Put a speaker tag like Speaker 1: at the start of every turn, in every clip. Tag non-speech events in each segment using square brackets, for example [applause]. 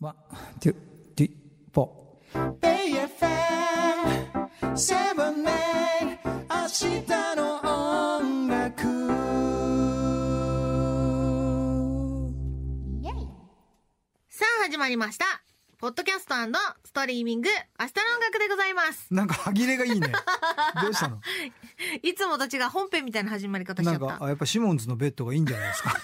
Speaker 1: ワン、ツー、ティー、フォー。
Speaker 2: BFM7 年明日の音楽
Speaker 3: さあ始まりましたポッドキャストストリーミング明日の音楽でございます
Speaker 1: なんか歯切れがいいね。どうしたの
Speaker 3: いつもと違う本編みたいな始まり方しちゃ
Speaker 1: な
Speaker 3: っ
Speaker 1: んか、
Speaker 3: た
Speaker 1: あやっぱシモンズのベッドがいいんじゃないですか。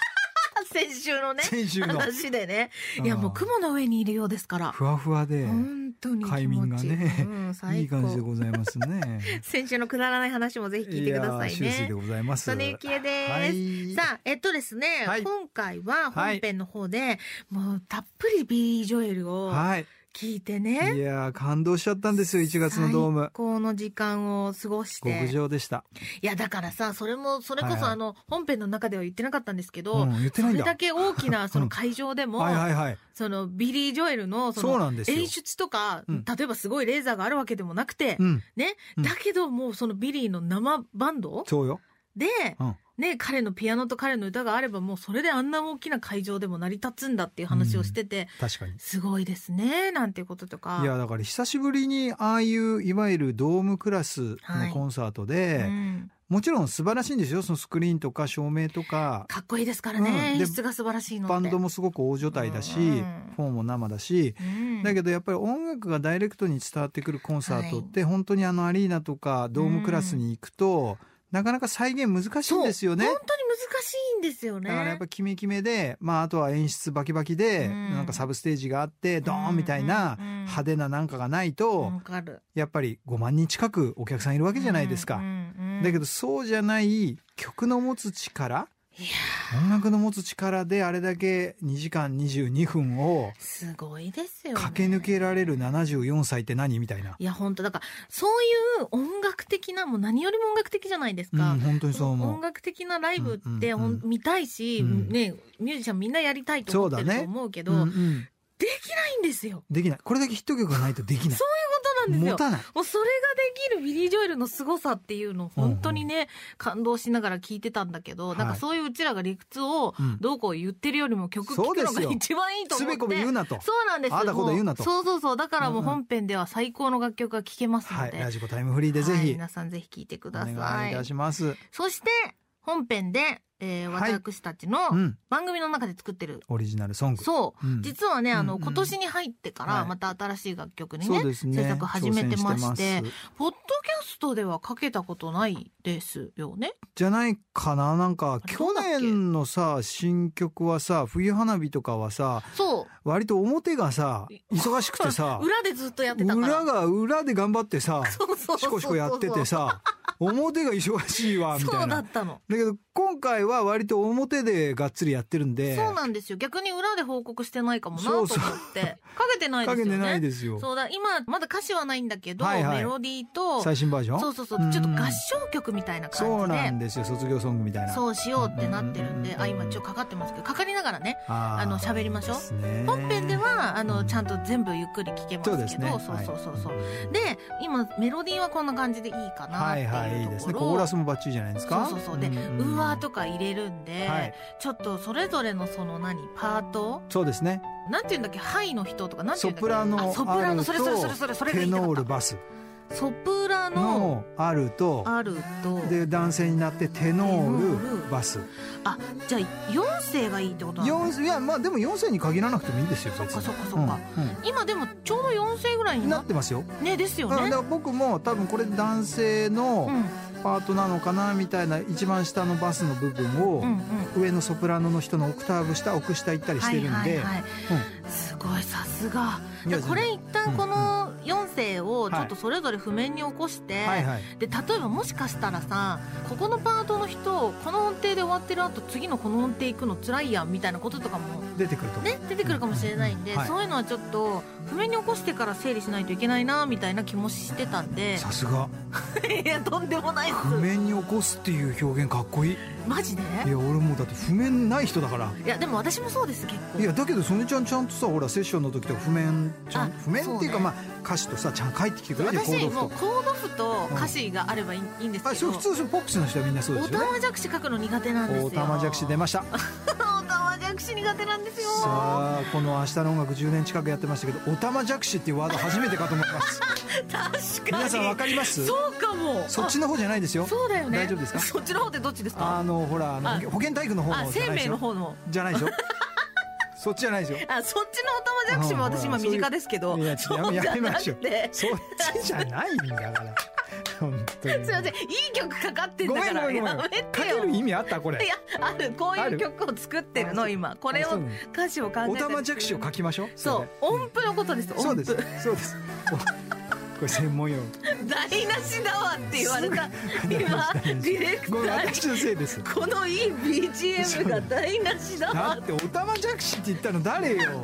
Speaker 3: 先週のね
Speaker 1: 先週の
Speaker 3: 話でね
Speaker 1: うん
Speaker 3: いやもう雲の上にいるようですから
Speaker 1: ふわふわで、
Speaker 3: 本当に気持ちいい
Speaker 1: 快眠がね
Speaker 3: うん、
Speaker 1: い
Speaker 3: 最
Speaker 1: い
Speaker 3: 高
Speaker 1: 感じでございますね。
Speaker 3: 先週のくだらない話もぜひ [laughs] 聞いてください
Speaker 1: やー終
Speaker 3: ね
Speaker 1: 始でございます。
Speaker 3: 曽根幸恵です、
Speaker 1: はい
Speaker 3: さあえっとですね、
Speaker 1: はい
Speaker 3: 今回は本編の方で、もうたっぷりビリー・ジョエルを
Speaker 1: はい。
Speaker 3: 聞いてね、
Speaker 1: いやー、感動しちゃったんですよ、1月のド
Speaker 3: 最
Speaker 1: ーム。
Speaker 3: 高の時間を過ごして
Speaker 1: 極上でした。
Speaker 3: いやだからさそれもそれこ
Speaker 1: はい
Speaker 3: そ
Speaker 1: はい
Speaker 3: あの本編の中では言ってなかったんですけど、
Speaker 1: うん、言っ
Speaker 3: そ
Speaker 1: てないん
Speaker 3: れ
Speaker 1: だ。
Speaker 3: だけ大きなその会場でも、
Speaker 1: はいはいはい。
Speaker 3: そのビリー・ジョエルのそ
Speaker 1: そう
Speaker 3: の
Speaker 1: なんですよ。
Speaker 3: 演出とか、
Speaker 1: うん
Speaker 3: 例えばすごいレーザーがあるわけでもなくて、
Speaker 1: うん、
Speaker 3: ね、
Speaker 1: うん
Speaker 3: だけどもうそのビリーの生バンド
Speaker 1: そうよ。
Speaker 3: で、
Speaker 1: うん
Speaker 3: ね、彼のピアノと彼の歌があればもうそれであんな大きな会場でも成り立つんだっていう話をしてて、
Speaker 1: 確かに。
Speaker 3: すごいですねなんていうこととか。
Speaker 1: いや、だから久しぶりに、ああいう、いわゆるドームクラス
Speaker 3: は
Speaker 1: の
Speaker 3: い
Speaker 1: コンサートで、
Speaker 3: うん
Speaker 1: もちろん素晴らしいんですよ。そのスクリーンとか照明とか、
Speaker 3: かっこいいですからね、
Speaker 1: うんで
Speaker 3: 演出が素晴らしいのって
Speaker 1: バンドもすごく大所帯だし、
Speaker 3: うん
Speaker 1: フォンも生だし、
Speaker 3: うん
Speaker 1: だけどやっぱり音楽がダイレクトに伝わってくるコンサートって、本当にあのアリーナとかドームクラスに行くと、なかなか再現難しいんですよね。
Speaker 3: 本当に難しいんですよね。
Speaker 1: だからやっぱキメキメで、まああとは演出バキバキで、
Speaker 3: うん
Speaker 1: なんかサブステージがあって、ドーンみたいな
Speaker 3: うんうんうん
Speaker 1: 派手ななんかがないと、
Speaker 3: わかる
Speaker 1: やっぱり5万人近くお客さんいるわけじゃないですか。
Speaker 3: うんうんうん
Speaker 1: だけどそうじゃない曲の持つ力
Speaker 3: いや
Speaker 1: 音楽の持つ力であれだけ2時間22分
Speaker 3: ー
Speaker 1: を
Speaker 3: すごいですよ、ね。
Speaker 1: 駆け抜けられる74歳って何みたいな。
Speaker 3: いや本当だからそういう音楽的なもう何よりも音楽的じゃないです
Speaker 1: うん
Speaker 3: か。、
Speaker 1: 本当にそう思
Speaker 3: 音
Speaker 1: う。
Speaker 3: 楽的なライブってほ
Speaker 1: うん
Speaker 3: ん、
Speaker 1: うんうん
Speaker 3: 見たいし、
Speaker 1: うん
Speaker 3: ねミュージシャンみんなやりたいと思って
Speaker 1: そう
Speaker 3: る
Speaker 1: だね
Speaker 3: と思うけど
Speaker 1: うんうん
Speaker 3: できないんですよ。
Speaker 1: できない。これだけヒット曲がないとできない。
Speaker 3: そうなんです
Speaker 1: 持
Speaker 3: よ。
Speaker 1: たない。
Speaker 3: もうそれができるビリー・ジョエルの凄さっていうのを本当にね、感動しながら聞いてたんだけど、
Speaker 1: はい
Speaker 3: なんかそういううちらが理屈を
Speaker 1: うん
Speaker 3: どうこう言ってるよりも曲聴
Speaker 1: そう
Speaker 3: く
Speaker 1: で
Speaker 3: のが
Speaker 1: すよ
Speaker 3: 一番いいと
Speaker 1: つ
Speaker 3: 思っ
Speaker 1: べ
Speaker 3: て
Speaker 1: こべ言うなと。
Speaker 3: そうなんです
Speaker 1: ああだこうだ言うな
Speaker 3: も
Speaker 1: と
Speaker 3: そうそうそうだからもう
Speaker 1: うんうん
Speaker 3: 本編では最高の楽曲が聴けますので、
Speaker 1: はい。ラジコタイムフリーでぜ
Speaker 3: はい
Speaker 1: ひ、
Speaker 3: 皆さんぜひ聴いてく
Speaker 1: お
Speaker 3: だ
Speaker 1: 願いい
Speaker 3: さい
Speaker 1: たします。
Speaker 3: そして本編で、えー
Speaker 1: はい
Speaker 3: 私たち
Speaker 1: う
Speaker 3: の
Speaker 1: ん。
Speaker 3: 番組の中で作ってる、
Speaker 1: オリジナルソング。
Speaker 3: そう、
Speaker 1: うん
Speaker 3: 実はねあの、
Speaker 1: うんうん
Speaker 3: 今年に入ってから
Speaker 1: はい
Speaker 3: また新しい楽曲にね、
Speaker 1: そうですね。
Speaker 3: 制作始めてまして
Speaker 1: 挑戦ます
Speaker 3: ポッドキャストではかけたことないですよね。
Speaker 1: じゃないかななんか、
Speaker 3: あれど
Speaker 1: 去
Speaker 3: うだっけ
Speaker 1: 年のさ、新曲はさ、冬花火とかはさ、
Speaker 3: そ
Speaker 1: 割と表がさ、忙しくてさ
Speaker 3: う。、 [laughs] 裏でずっとやってたから。
Speaker 1: 裏が裏で頑張ってさ、
Speaker 3: [laughs] そうそうそうそう。
Speaker 1: シコシコやっててさ、表が忙しいわ、みた
Speaker 3: そ
Speaker 1: いう
Speaker 3: だ
Speaker 1: な。だ
Speaker 3: ったの。
Speaker 1: けど、今回は割と表でがっつりやってるんで、
Speaker 3: そうなんですよ。逆に裏で報告してないかもなと
Speaker 1: そ
Speaker 3: 思
Speaker 1: う
Speaker 3: って。
Speaker 1: そう
Speaker 3: [laughs] かけてないで
Speaker 1: か
Speaker 3: す
Speaker 1: け
Speaker 3: よね。
Speaker 1: てないですよ。
Speaker 3: そうだ、今、まだ歌詞はないんだけど、
Speaker 1: はいはい
Speaker 3: メロディーと、
Speaker 1: 最新バージョン
Speaker 3: そうそうそう
Speaker 1: う、ん
Speaker 3: ちょっと合唱曲みたいな
Speaker 1: そう
Speaker 3: 感じ
Speaker 1: な
Speaker 3: で
Speaker 1: ん。ですよ、卒業ソングみたいな。
Speaker 3: そうしようってなってるんで、
Speaker 1: うん
Speaker 3: あ、今ちょっとかかってますけど、かかりながらね、
Speaker 1: あー
Speaker 3: あの喋りましょう
Speaker 1: ですね
Speaker 3: 本編では、あ
Speaker 1: う
Speaker 3: の、
Speaker 1: ん
Speaker 3: ちゃんと全部ゆっくり聞けますけ
Speaker 1: そう
Speaker 3: ど、
Speaker 1: ですね。
Speaker 3: そうそうそうそう。
Speaker 1: はい
Speaker 3: で、今、メロディーはこんな感じでいいかなっ
Speaker 1: は
Speaker 3: てい
Speaker 1: いう
Speaker 3: ところ。
Speaker 1: はい、いいですね。コーラスもバッチリじゃないですか。
Speaker 3: そうそうそうで、うん
Speaker 1: ん
Speaker 3: わーとか入れるんで、
Speaker 1: はい。
Speaker 3: ちょっとそれぞれのその何パート
Speaker 1: そうですね。
Speaker 3: なんて言うんだっけハイの人とかなんて言うんだっけ
Speaker 1: ソプラノ
Speaker 3: あソプラノそれそれそれそれそれが
Speaker 1: テ
Speaker 3: 言いた
Speaker 1: ノー
Speaker 3: か
Speaker 1: ル
Speaker 3: った
Speaker 1: バス
Speaker 3: ソプラノ
Speaker 1: のあると、
Speaker 3: あると
Speaker 1: で男性になってテノ
Speaker 3: テノ
Speaker 1: ー
Speaker 3: ール
Speaker 1: ルバス
Speaker 3: あじゃあ4世がいいってことなの
Speaker 1: 四いやまあでも4世に限らなくてもいいですよ
Speaker 3: そっ
Speaker 1: 別
Speaker 3: か
Speaker 1: に
Speaker 3: そっかそっか、今でもちょうど4世ぐらい
Speaker 1: うん
Speaker 3: に
Speaker 1: な
Speaker 3: な
Speaker 1: っ
Speaker 3: って
Speaker 1: ますよ
Speaker 3: ねですよ
Speaker 1: だか
Speaker 3: ね
Speaker 1: ら僕も多分これ男性
Speaker 3: う
Speaker 1: の
Speaker 3: ん
Speaker 1: パートなのかなみたいな一番下のバスの部分を、
Speaker 3: うんうん
Speaker 1: 上のソプラノの人のオクターブ下奥下行ったりし
Speaker 3: は
Speaker 1: て
Speaker 3: い
Speaker 1: るん
Speaker 3: はい
Speaker 1: で、
Speaker 3: はい、すごいさすがじゃあこれ一旦この4世をちょっとそれぞれ譜面に起こして、
Speaker 1: うんはいはい
Speaker 3: で例えばもしかしたらさここのパートの人この音程で終わってる後次のこの音程行くの辛いやんみたいなこととかも
Speaker 1: 出てくると思う、
Speaker 3: ね出てくるかもしれないんで、
Speaker 1: はい
Speaker 3: そういうのはちょっと譜面に起こしてから整理しないといけないなみたいな気もしてたんで
Speaker 1: さすが
Speaker 3: [laughs] いやとんでもないっ
Speaker 1: 譜
Speaker 3: す
Speaker 1: 面に起こすっていう表現かっこいい
Speaker 3: マジで
Speaker 1: いや俺もうだって譜面ない人だから
Speaker 3: いやでも私もそうです結構
Speaker 1: いやだけど曽根ちゃんちゃんとさほらセッションの時とか譜面ちゃん
Speaker 3: あ
Speaker 1: 譜面ってい
Speaker 3: そ
Speaker 1: う
Speaker 3: うね
Speaker 1: かまあ歌詞とさちゃんと書いてきてくれるよコー
Speaker 3: 私
Speaker 1: ド
Speaker 3: もう
Speaker 1: 譜と
Speaker 3: コード譜と歌詞があればいい,、ん、です
Speaker 1: あ
Speaker 3: け
Speaker 1: そう
Speaker 3: ど
Speaker 1: 普通そうポップスの人はみんなそうで
Speaker 3: お
Speaker 1: す
Speaker 3: た
Speaker 1: よね
Speaker 3: まじゃくし書くの苦手なんですよ
Speaker 1: おたまじゃくし出ました
Speaker 3: [laughs] おたまマジャクシ苦手なんですよ
Speaker 1: さあこの「明日の音楽」10年近くやってましたけど「おたまじゃくし」っていうワード初めてかと思い
Speaker 3: [laughs]
Speaker 1: ます
Speaker 3: 確かに
Speaker 1: 皆さんわかります
Speaker 3: そうかも
Speaker 1: そっちの方じゃないですよ
Speaker 3: あそうだよね
Speaker 1: 大丈夫ですか
Speaker 3: そっちの方ってどっちですか
Speaker 1: あのほらあの
Speaker 3: あ
Speaker 1: 保健体育の方
Speaker 3: あ
Speaker 1: のじゃ
Speaker 3: 生
Speaker 1: ない
Speaker 3: 命
Speaker 1: です
Speaker 3: の
Speaker 1: よ
Speaker 3: 方の
Speaker 1: じ
Speaker 3: [laughs]
Speaker 1: ゃないですよそっちじゃないですよ
Speaker 3: あそっちのおたまじゃくしも私今身近ですけど
Speaker 1: いや
Speaker 3: そう
Speaker 1: やめ
Speaker 3: じ
Speaker 1: や
Speaker 3: ゃ
Speaker 1: め
Speaker 3: な
Speaker 1: ましょ
Speaker 3: く
Speaker 1: う
Speaker 3: て
Speaker 1: そっちじゃないんだから本当に
Speaker 3: すいませんいい曲かかってん
Speaker 1: ご
Speaker 3: だ
Speaker 1: め
Speaker 3: か
Speaker 1: んご
Speaker 3: ら
Speaker 1: めんごめ
Speaker 3: や
Speaker 1: ん
Speaker 3: め
Speaker 1: か
Speaker 3: てよ
Speaker 1: ける意味あったこれ
Speaker 3: いやあるこう
Speaker 1: あ
Speaker 3: いう
Speaker 1: る
Speaker 3: 曲を作ってるの今これ
Speaker 1: あそ
Speaker 3: を
Speaker 1: うなの
Speaker 3: 歌詞を考え
Speaker 1: お
Speaker 3: て
Speaker 1: たまじゃくしを書きましょう
Speaker 3: そう音符のことです音符
Speaker 1: それでそうですそうですおこれ専門用語
Speaker 3: 台無しだわって言われた
Speaker 1: [laughs]
Speaker 3: 今ディレクタ
Speaker 1: ごめん
Speaker 3: ーに
Speaker 1: 私のせいです
Speaker 3: [laughs] このいい BGM が台無しだ
Speaker 1: だ
Speaker 3: わ
Speaker 1: っておたまじゃくしって言ったの誰よ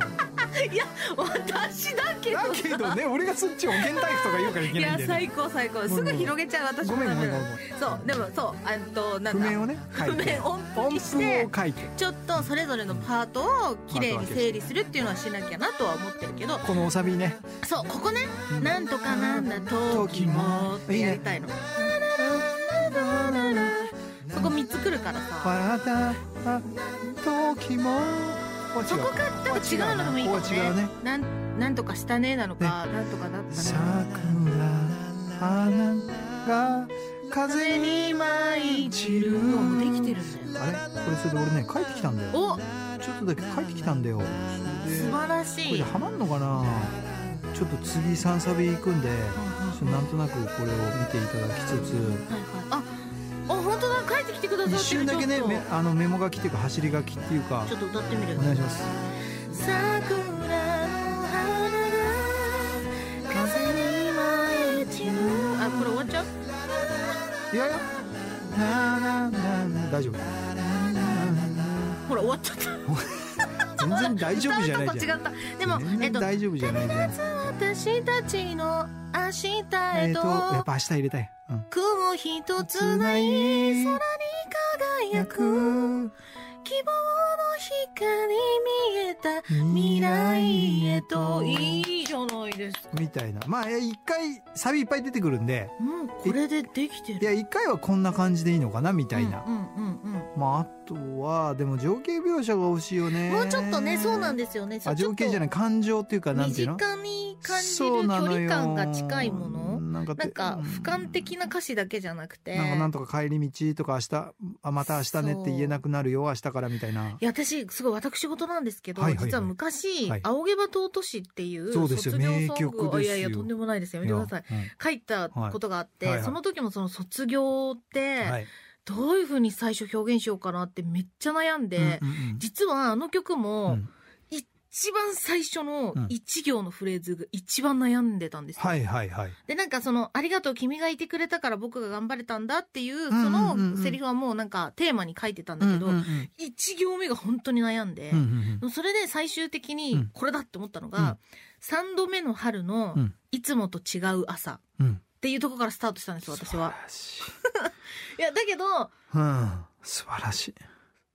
Speaker 3: いや私だけど
Speaker 1: だけどね俺がそっち保健体育とか言うからいけ
Speaker 3: い
Speaker 1: な
Speaker 3: や
Speaker 1: いんだよね
Speaker 3: 最高最高すぐ広げちゃう私
Speaker 1: ご
Speaker 3: も
Speaker 1: めん
Speaker 3: ダ
Speaker 1: ごめ
Speaker 3: メ
Speaker 1: んごめ
Speaker 3: なの
Speaker 1: ん
Speaker 3: そうでもそうあんとなん
Speaker 1: 譜
Speaker 3: だ
Speaker 1: 面をね書い
Speaker 3: 譜
Speaker 1: て
Speaker 3: 面音符
Speaker 1: 音
Speaker 3: にし
Speaker 1: 符
Speaker 3: て
Speaker 1: を書いて
Speaker 3: ちょっとそれぞれのパートをきれいに整理するっていうのはしなきゃなとは思ってるけど
Speaker 1: このおさびね
Speaker 3: そうここね「なんとかなんだ時も」ってやりたいのそこ3つくるからさ
Speaker 1: 笑った時もこ
Speaker 3: そこから多分違うのでもいいかも
Speaker 1: ここは違うね
Speaker 3: ねなんなんとかしたねなのかなんとかだった
Speaker 1: 桜
Speaker 3: ね
Speaker 1: 花が風に舞い散る
Speaker 3: もうできてるんだよ
Speaker 1: あれこれそれで俺ね帰ってきたんだよ
Speaker 3: お
Speaker 1: ちょっとだけ帰ってきたんだよそれで
Speaker 3: 素晴ら
Speaker 1: こ
Speaker 3: し
Speaker 1: れ
Speaker 3: い
Speaker 1: ハマんのかなちょっと次3サビ行くんでちょっとなんとなくこれを見ていただきつつ
Speaker 3: はいはい、あ、あ本当だ帰ってきてくださってる
Speaker 1: 一瞬だけね
Speaker 3: ちょっと
Speaker 1: めあのメモ書きっていうか走り書きっていうか
Speaker 3: ちょっと歌ってみる
Speaker 1: お願いします
Speaker 3: 桜の花が風に舞い散るあこれ終わっちゃう
Speaker 1: いやいやなななな大丈夫
Speaker 3: ほら終わっちゃった
Speaker 1: 全然大丈夫じゃないじゃん
Speaker 3: 歌うとこ違ったでも
Speaker 1: 全
Speaker 3: えっ
Speaker 1: 然
Speaker 3: と
Speaker 1: 大丈夫じゃないじゃん
Speaker 3: 私たちの明日
Speaker 1: え
Speaker 3: へ
Speaker 1: っ
Speaker 3: と
Speaker 1: とやっぱ明日入れたいうん
Speaker 3: 雲一つない空に輝く希望の光に見えた未来へといいじゃないですか
Speaker 1: みたいなまあえ一回サビいっぱい出てくるんで
Speaker 3: もうこれでできてる
Speaker 1: いや一回はこんな感じでいいのかなみたいな、
Speaker 3: うんうんうんうん
Speaker 1: まああとはでも情景描写が欲しいよね
Speaker 3: もうちょっとねそうなん
Speaker 1: で
Speaker 3: ですよね
Speaker 1: あ情景じゃないい感情っていうかなん
Speaker 3: 身
Speaker 1: ていうの
Speaker 3: 近に感じ
Speaker 1: そ
Speaker 3: る
Speaker 1: う
Speaker 3: 距
Speaker 1: なの
Speaker 3: 離
Speaker 1: よ
Speaker 3: 感が近いもの
Speaker 1: なんかて
Speaker 3: なんか
Speaker 1: うん
Speaker 3: 俯瞰的な歌詞だけじゃなくて
Speaker 1: なんかなんとか帰り道とか明日あまた明日ねって言えなくなるよ明日からみたいない
Speaker 3: や私すごい私事なんですけど、
Speaker 1: はいはいはい
Speaker 3: 実は昔「
Speaker 1: はい
Speaker 3: 青毛羽尊し」っていう
Speaker 1: そうですよ
Speaker 3: 卒業ソングを
Speaker 1: 名曲ですよ
Speaker 3: いやいやとんでもないですよやめてください
Speaker 1: いや
Speaker 3: 書いたことがあって、
Speaker 1: はいはいはい
Speaker 3: その時もその卒業って、
Speaker 1: うんはい
Speaker 3: どういうふうに最初表現しようかなってめっちゃ悩んで、
Speaker 1: うんうんうん
Speaker 3: 実はあの曲も、
Speaker 1: うん
Speaker 3: 一番最初の
Speaker 1: うん
Speaker 3: 一行のフレーズが一番悩んでたんですよ。
Speaker 1: はいはいはい
Speaker 3: で、なんかその、ありがとう、君がいてくれたから僕が頑張れたんだっていう、
Speaker 1: んうん
Speaker 3: そ
Speaker 1: うんうん
Speaker 3: のセリフはもうなんかテーマに書いてたんだけど、
Speaker 1: うんうんうん
Speaker 3: 一行目が本当に悩んで
Speaker 1: うんう、ん
Speaker 3: それで最終的
Speaker 1: う
Speaker 3: に
Speaker 1: ん
Speaker 3: これだって思ったの
Speaker 1: うん
Speaker 3: が、三度目の春の
Speaker 1: うん
Speaker 3: いつもと違う朝っ
Speaker 1: うんうん
Speaker 3: ていうとこからスタートしたんですよ、私は。
Speaker 1: 素
Speaker 3: いや、だけど、
Speaker 1: 晴らしいうん素晴らしい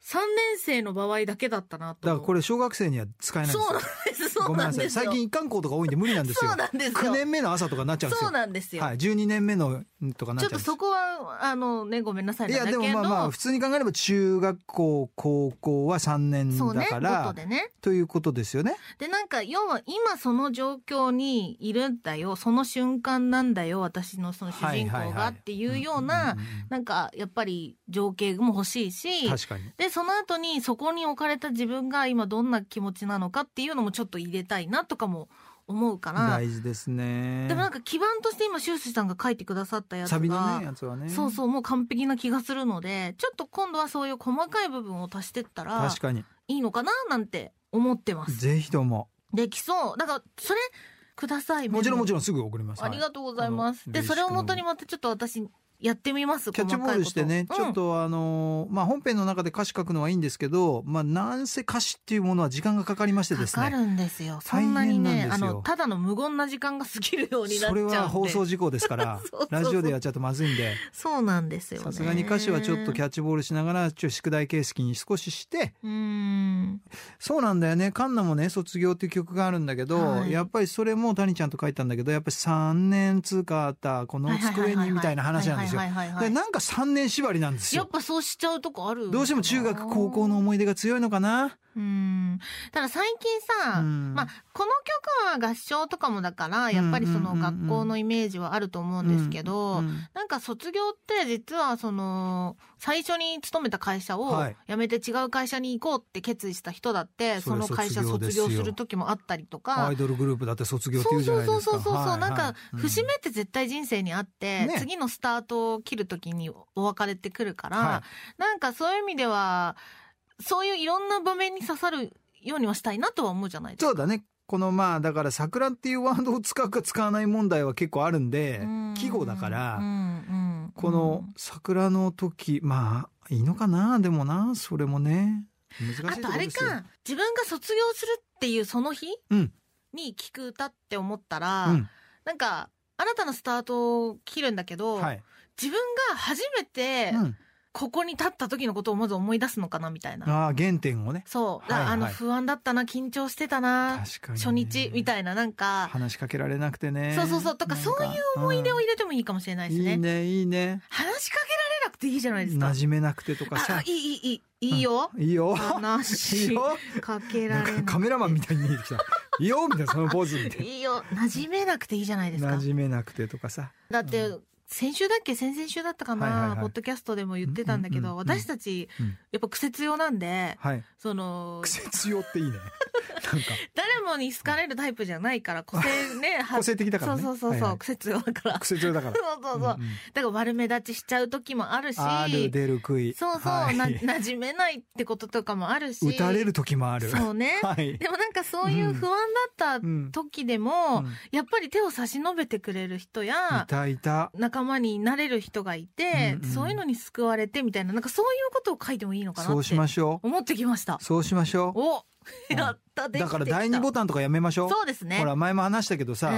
Speaker 3: 3年生の場合だけだったなと
Speaker 1: だ
Speaker 3: 思
Speaker 1: から
Speaker 3: う。
Speaker 1: これ小学生には使えないんです
Speaker 3: そうなん
Speaker 1: よ
Speaker 3: です、そ
Speaker 1: ご
Speaker 3: う
Speaker 1: めん
Speaker 3: な
Speaker 1: なんさ
Speaker 3: で
Speaker 1: い
Speaker 3: すよ。
Speaker 1: 最近一貫校とか多いんで無理なんですよ
Speaker 3: そうなんですよ。
Speaker 1: 9年目の朝とかになっちゃうんです
Speaker 3: そ
Speaker 1: よ
Speaker 3: うなんですよ。
Speaker 1: はい、12年目のとかな
Speaker 3: ちょ
Speaker 1: っ
Speaker 3: っ
Speaker 1: ちゃ
Speaker 3: と
Speaker 1: うんですよ
Speaker 3: そこは、あのね、ごめんなさい
Speaker 1: い
Speaker 3: なん
Speaker 1: や
Speaker 3: だ
Speaker 1: で
Speaker 3: けど。
Speaker 1: もまあまあ普通に考えれば中学校高校は3年
Speaker 3: そうね、
Speaker 1: だ
Speaker 3: こ
Speaker 1: から、
Speaker 3: とでね。
Speaker 1: ということですよね。
Speaker 3: で、なんか、要は今その状況にいるんだよ、その瞬間なんだよ、私のその主人
Speaker 1: はい
Speaker 3: 公
Speaker 1: はいは
Speaker 3: が
Speaker 1: い
Speaker 3: っていうような、
Speaker 1: んん
Speaker 3: なんか、やっぱり情景も欲しい
Speaker 1: うん
Speaker 3: し、
Speaker 1: 確かに。
Speaker 3: で、その後にそこに置かれた自分が今どんな気持ちなのかっていうのもちょっと入れたいなとかも思うから、
Speaker 1: 大事ですね。
Speaker 3: でもなんか基盤として今、修士さんが書いてくださったやつ
Speaker 1: サビの
Speaker 3: が
Speaker 1: ね、やつはね。
Speaker 3: そうそう、もう完璧な気がするので、ちょっと今度はそういう細かい部分を足してったら
Speaker 1: 確、かに。
Speaker 3: いいのかななんて思ってます。
Speaker 1: ぜひとも。
Speaker 3: できそう。だから、それ、ください。
Speaker 1: もちろんも
Speaker 3: ち
Speaker 1: ちろんすぐ送ります。
Speaker 3: ありが
Speaker 1: と
Speaker 3: とうございます。
Speaker 1: はい
Speaker 3: で、
Speaker 1: 嬉しく
Speaker 3: それをもとにまたちょっと私、やってみます。
Speaker 1: キャッチボールしてね、ち
Speaker 3: 細か
Speaker 1: ょ
Speaker 3: いこ
Speaker 1: っ
Speaker 3: と
Speaker 1: あのーまあ、本編の中で歌詞書くのはいいんですけど、まあ、なんせ歌詞っていうものは時間がかかりまして
Speaker 3: うん
Speaker 1: です
Speaker 3: かか
Speaker 1: ね。
Speaker 3: るんですよ。そんなに
Speaker 1: 大変
Speaker 3: ね、
Speaker 1: な
Speaker 3: あ
Speaker 1: んですよ
Speaker 3: の、ただの無言な時間が過ぎるようになっちゃ
Speaker 1: それ
Speaker 3: うんで。
Speaker 1: は放送事項ですか
Speaker 3: [laughs]
Speaker 1: ら、
Speaker 3: そうそうそう
Speaker 1: ラジオでやっちゃうとまずいんで、
Speaker 3: そうなんですよ、ね。
Speaker 1: さすがに歌詞はちょっとキ
Speaker 3: ャ
Speaker 1: ャッチボールしながら、ちょっと宿題形式に少しして、
Speaker 3: うーん。
Speaker 1: そうなんだよね。カンナもね、卒業っていう曲があるんだけど、
Speaker 3: はい
Speaker 1: やっぱりそれも谷ちゃんと書いたんだけど、やっぱり3年通過あった、この机にみたいな話なんですよ
Speaker 3: は。いはいはいはい
Speaker 1: でなんか3年縛りなんです
Speaker 3: やっ
Speaker 1: よ。
Speaker 3: ぱそうしちゃうとこある。
Speaker 1: どうしても中学、高校の。思い出が強いのかな
Speaker 3: うんただ最近さ、
Speaker 1: うん
Speaker 3: まあ、この曲は合唱とかもだから、やっぱりその
Speaker 1: うんうんうんうん
Speaker 3: 学校のイメージはあると思うんですけど、
Speaker 1: うん
Speaker 3: なんか卒業って実はその、最初に勤めた会社を
Speaker 1: はい
Speaker 3: 辞めて違う会社に行こうって決意した人だって、
Speaker 1: そ
Speaker 3: そ
Speaker 1: れは
Speaker 3: の会社卒業
Speaker 1: 卒業ですよ
Speaker 3: する時もあったりと
Speaker 1: ア
Speaker 3: か
Speaker 1: イ、ドルグループだって卒業って
Speaker 3: そ
Speaker 1: 言
Speaker 3: う
Speaker 1: うじゃ
Speaker 3: そ
Speaker 1: な
Speaker 3: う
Speaker 1: い
Speaker 3: そ
Speaker 1: で
Speaker 3: う
Speaker 1: す
Speaker 3: そ
Speaker 1: か。
Speaker 3: うそう、
Speaker 1: はい
Speaker 3: なん
Speaker 1: は
Speaker 3: か、
Speaker 1: い
Speaker 3: 節目って絶対人生にあって、
Speaker 1: ね
Speaker 3: 次のスタートを切る時にお別れってくるから、
Speaker 1: は
Speaker 3: なんかそういう意味では、そういういろんな場面に刺さるようにはしたいなとは思うじゃないですか。
Speaker 1: そうだね。このまあだから桜っていうワードを使うか使わない問題は結構あるんで
Speaker 3: うん、
Speaker 1: 季語だから、
Speaker 3: うんうん
Speaker 1: この桜の時、まあいいのかな、でもな、それもね。難
Speaker 3: あ
Speaker 1: し
Speaker 3: と
Speaker 1: いと
Speaker 3: あ
Speaker 1: ころ
Speaker 3: れ
Speaker 1: ですよ。
Speaker 3: か、自分が卒業するっていうその日、
Speaker 1: うん
Speaker 3: に聴く歌って思ったら、
Speaker 1: うん。
Speaker 3: なんか、新たなスタートを切るんだけど、
Speaker 1: はい。
Speaker 3: 自分が初めて
Speaker 1: うん。
Speaker 3: ここに立った時のことをまず思い出すのかなみたいな。
Speaker 1: ああ、原点をね。
Speaker 3: そう。だ
Speaker 1: はいはい
Speaker 3: あの、不安だったな、緊張してたな、
Speaker 1: 確かにね、
Speaker 3: 初日みたいな、なんか、
Speaker 1: 話しかけられなくてね。
Speaker 3: そうそうそうとか
Speaker 1: なん
Speaker 3: そういう思い出を入れてもいいかもしれないです
Speaker 1: うん
Speaker 3: ね。
Speaker 1: いいね、いいね。
Speaker 3: 話しかけられなくていいじゃないですか
Speaker 1: 馴。染めなくてとか
Speaker 3: あ
Speaker 1: さ
Speaker 3: あ、い。い、いい、いい、いいよ。
Speaker 1: いいよ。
Speaker 3: 話
Speaker 1: いい
Speaker 3: し
Speaker 1: よ。
Speaker 3: かけら
Speaker 1: な
Speaker 3: れな
Speaker 1: ん
Speaker 3: く
Speaker 1: か
Speaker 3: て
Speaker 1: カメラマンみたいに見えてきた。いいよみたいな、そのポーズみ [laughs] たい
Speaker 3: いいよ。馴染めなくていいじゃないです
Speaker 1: な。
Speaker 3: か
Speaker 1: 馴。染めなくてとかさ。
Speaker 3: だって、
Speaker 1: う
Speaker 3: 先週だっけ先々週だったかな、
Speaker 1: はいはいはい
Speaker 3: ポッドキャストでも言ってたんだけど、
Speaker 1: うんうんうんうん
Speaker 3: 私たち、
Speaker 1: うん
Speaker 3: やっぱ癖強なんで、
Speaker 1: はい。
Speaker 3: その、
Speaker 1: 癖強っていいね。なんか、
Speaker 3: 誰もに好かれるタイプじゃないから、個性
Speaker 1: [laughs]
Speaker 3: ね、は
Speaker 1: 個性的だからね。
Speaker 3: そうそうそうそう、
Speaker 1: はいはい
Speaker 3: 癖強だから。
Speaker 1: 癖強だから。
Speaker 3: そうそうそう。だ
Speaker 1: んん
Speaker 3: から悪目立ちしちゃう時もあるし、
Speaker 1: ある出る杭。
Speaker 3: そうそう、
Speaker 1: はい
Speaker 3: な、馴染めないってこととかもあるし、
Speaker 1: 打たれる時もある。
Speaker 3: そうね。
Speaker 1: は
Speaker 3: [laughs]
Speaker 1: い。
Speaker 3: でもなんかそういう不安だった
Speaker 1: うん。
Speaker 3: 時でも、
Speaker 1: うん
Speaker 3: やっぱり手を差し伸べてくれる人や
Speaker 1: い、たいた。
Speaker 3: 仲間になれる人がいて、
Speaker 1: うんうん
Speaker 3: そういうのに救われてみたいな、なんかそういうことを書いてもいいのかな
Speaker 1: そう
Speaker 3: っ
Speaker 1: してましょう。
Speaker 3: 思ってきました。
Speaker 1: そうしましょ
Speaker 3: お
Speaker 1: うん
Speaker 3: やった、
Speaker 1: う。
Speaker 3: できて
Speaker 1: だ
Speaker 3: き
Speaker 1: か
Speaker 3: た。
Speaker 1: ら第二ボタンとかやめましょう。
Speaker 3: そうですね。
Speaker 1: ほら、前も話したけどさ、
Speaker 3: う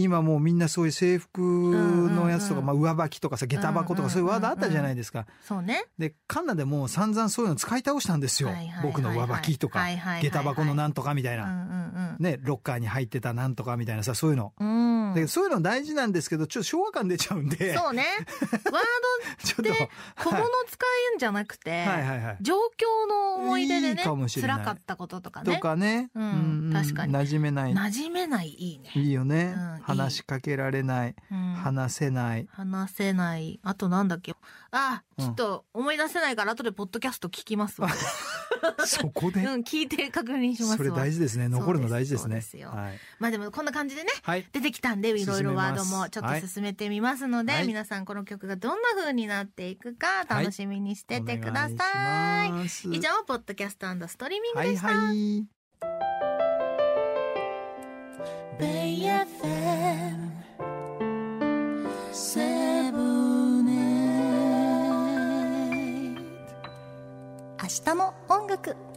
Speaker 3: ん、
Speaker 1: 今もうみんなそういう制服のやつとか、
Speaker 3: うんうん
Speaker 1: まあ上履きとかさ、下駄箱とかそういうワードあったじゃないですか。
Speaker 3: そうね。
Speaker 1: で、カンナでもう散々そういうの使い倒したんですよ
Speaker 3: はいはいはいは。い
Speaker 1: 僕の上履きとか
Speaker 3: はいはいはいは、い
Speaker 1: 下駄箱のなんとかみたい
Speaker 3: うん
Speaker 1: な。
Speaker 3: うん
Speaker 1: ね、ロッカーに入ってたなんとかみたいなさ、そういうの。
Speaker 3: うん。
Speaker 1: だ
Speaker 3: う
Speaker 1: け
Speaker 3: ん
Speaker 1: ど。そういうの大事なんですけど、ちょっと昭和感出ちゃうんで、
Speaker 3: そうね。ワー
Speaker 1: ちょっと、
Speaker 3: でド、小
Speaker 1: は
Speaker 3: 物
Speaker 1: い
Speaker 3: 使うんじゃなくて、
Speaker 1: [laughs] はいはいはい。
Speaker 3: 状況の思い出で
Speaker 1: い
Speaker 3: ね
Speaker 1: いかもしれない
Speaker 3: 辛かったこととか
Speaker 1: と
Speaker 3: ね。
Speaker 1: かね、
Speaker 3: うん確かに
Speaker 1: 馴染めない。
Speaker 3: 馴染めない、いいね。
Speaker 1: いいよね、
Speaker 3: うん
Speaker 1: 話しかけられない、
Speaker 3: うん
Speaker 1: 話
Speaker 3: [laughs]
Speaker 1: せない。
Speaker 3: 話せない。あとなんだっけあ、
Speaker 1: うん
Speaker 3: ちょっと思い出せないから後でポッドキャスト聞きます
Speaker 1: [laughs]
Speaker 3: わ。
Speaker 1: そこで、
Speaker 3: うん、聞いて確認しますわ。
Speaker 1: それ大事ですね。残るの大事ですね。
Speaker 3: そうですよ
Speaker 1: はい。
Speaker 3: まあでもこんな感じでね、
Speaker 1: はい。
Speaker 3: 出てきたんで、いろいろワードもちょ
Speaker 1: 進め
Speaker 3: っ
Speaker 1: ます
Speaker 3: と進めてみますので、
Speaker 1: はい
Speaker 3: 皆さんこの曲がどんな風になっていくか
Speaker 1: はい
Speaker 3: 楽しみにしててください。
Speaker 1: お願いします
Speaker 3: 以上、ポッドキャストストリーミング
Speaker 1: は
Speaker 3: で
Speaker 1: い
Speaker 3: した。
Speaker 1: はい。
Speaker 2: Bay FM 78
Speaker 3: 明日も音楽。